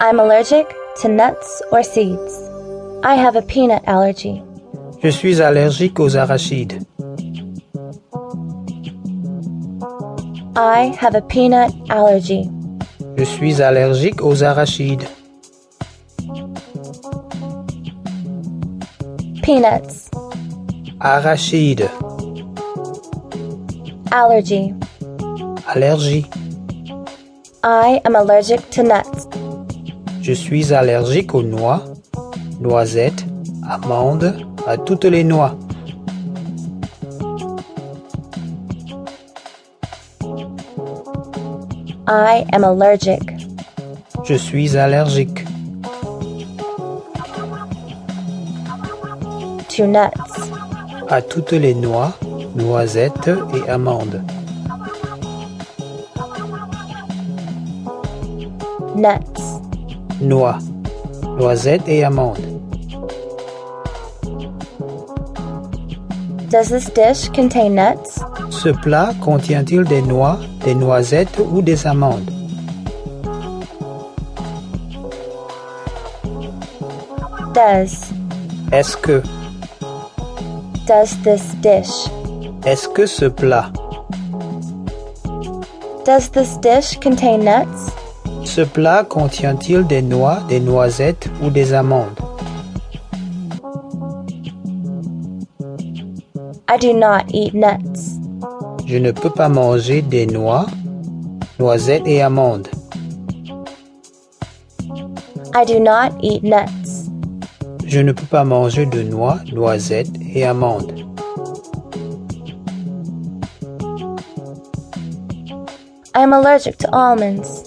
I'm allergic to nuts or seeds. I have a peanut allergy. Je suis allergique aux arachides. I have a peanut allergy. Je suis allergique aux arachides. Peanuts. Arachides. Allergy. Allergie. I am allergic to nuts. Je suis allergique aux noix, noisettes, amandes, à toutes les noix. I am allergic. Je suis allergique To nuts. à toutes les noix, noisettes et amandes. Nuts. Noix, noisettes et amandes. Does this dish contain nuts? Ce plat contient-il des noix, des noisettes ou des amandes Does. Est-ce que, Does this dish. est-ce que ce plat, Does this dish contain nuts? ce plat contient-il des noix, des noisettes ou des amandes I do not eat nuts. Je ne peux pas manger des noix, noisettes et amandes. I do not eat nuts. Je ne peux pas manger de noix, noisettes et amandes. I am allergic to almonds.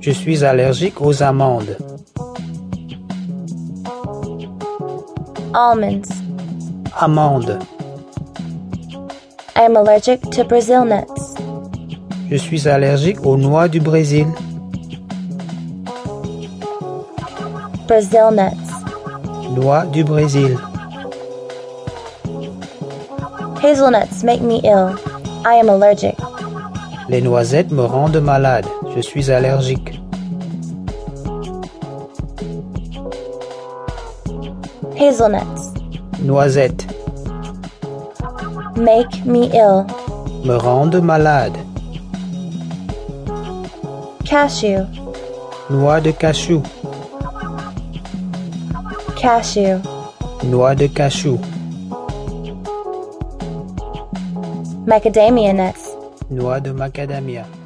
Je suis allergique aux amandes. Almonds. Amandes. I am allergic to Brazil nuts. Je suis allergique aux noix du Brésil. Brazil nuts. Noix du Brésil. Hazelnuts make me ill. I am allergic. Les noisettes me rendent malade. Je suis allergique. Hazelnuts Noisettes make me ill. me rendent malade. Cashew. Noix de cachou. Cashew Noix de cachou. macadamia nuts. Noix de macadamia.